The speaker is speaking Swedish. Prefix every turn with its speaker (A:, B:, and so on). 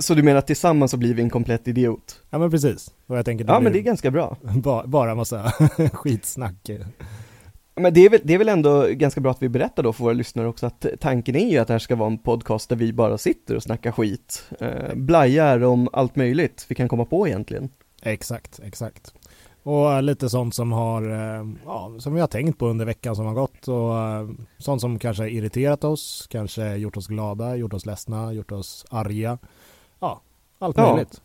A: Så du menar att tillsammans så blir vi en komplett idiot?
B: Ja men precis, och jag tänker
A: Ja men det är
B: blir
A: ganska bra.
B: ba- bara massa skitsnack.
A: Men det är, väl, det är väl ändå ganska bra att vi berättar då för våra lyssnare också att tanken är ju att det här ska vara en podcast där vi bara sitter och snackar skit, eh, blajar om allt möjligt vi kan komma på egentligen.
B: Exakt, exakt. Och lite sånt som har, eh, ja, som vi har tänkt på under veckan som har gått och eh, sånt som kanske har irriterat oss, kanske gjort oss glada, gjort oss ledsna, gjort oss arga. Ja, allt
A: Ja.
B: möjligt.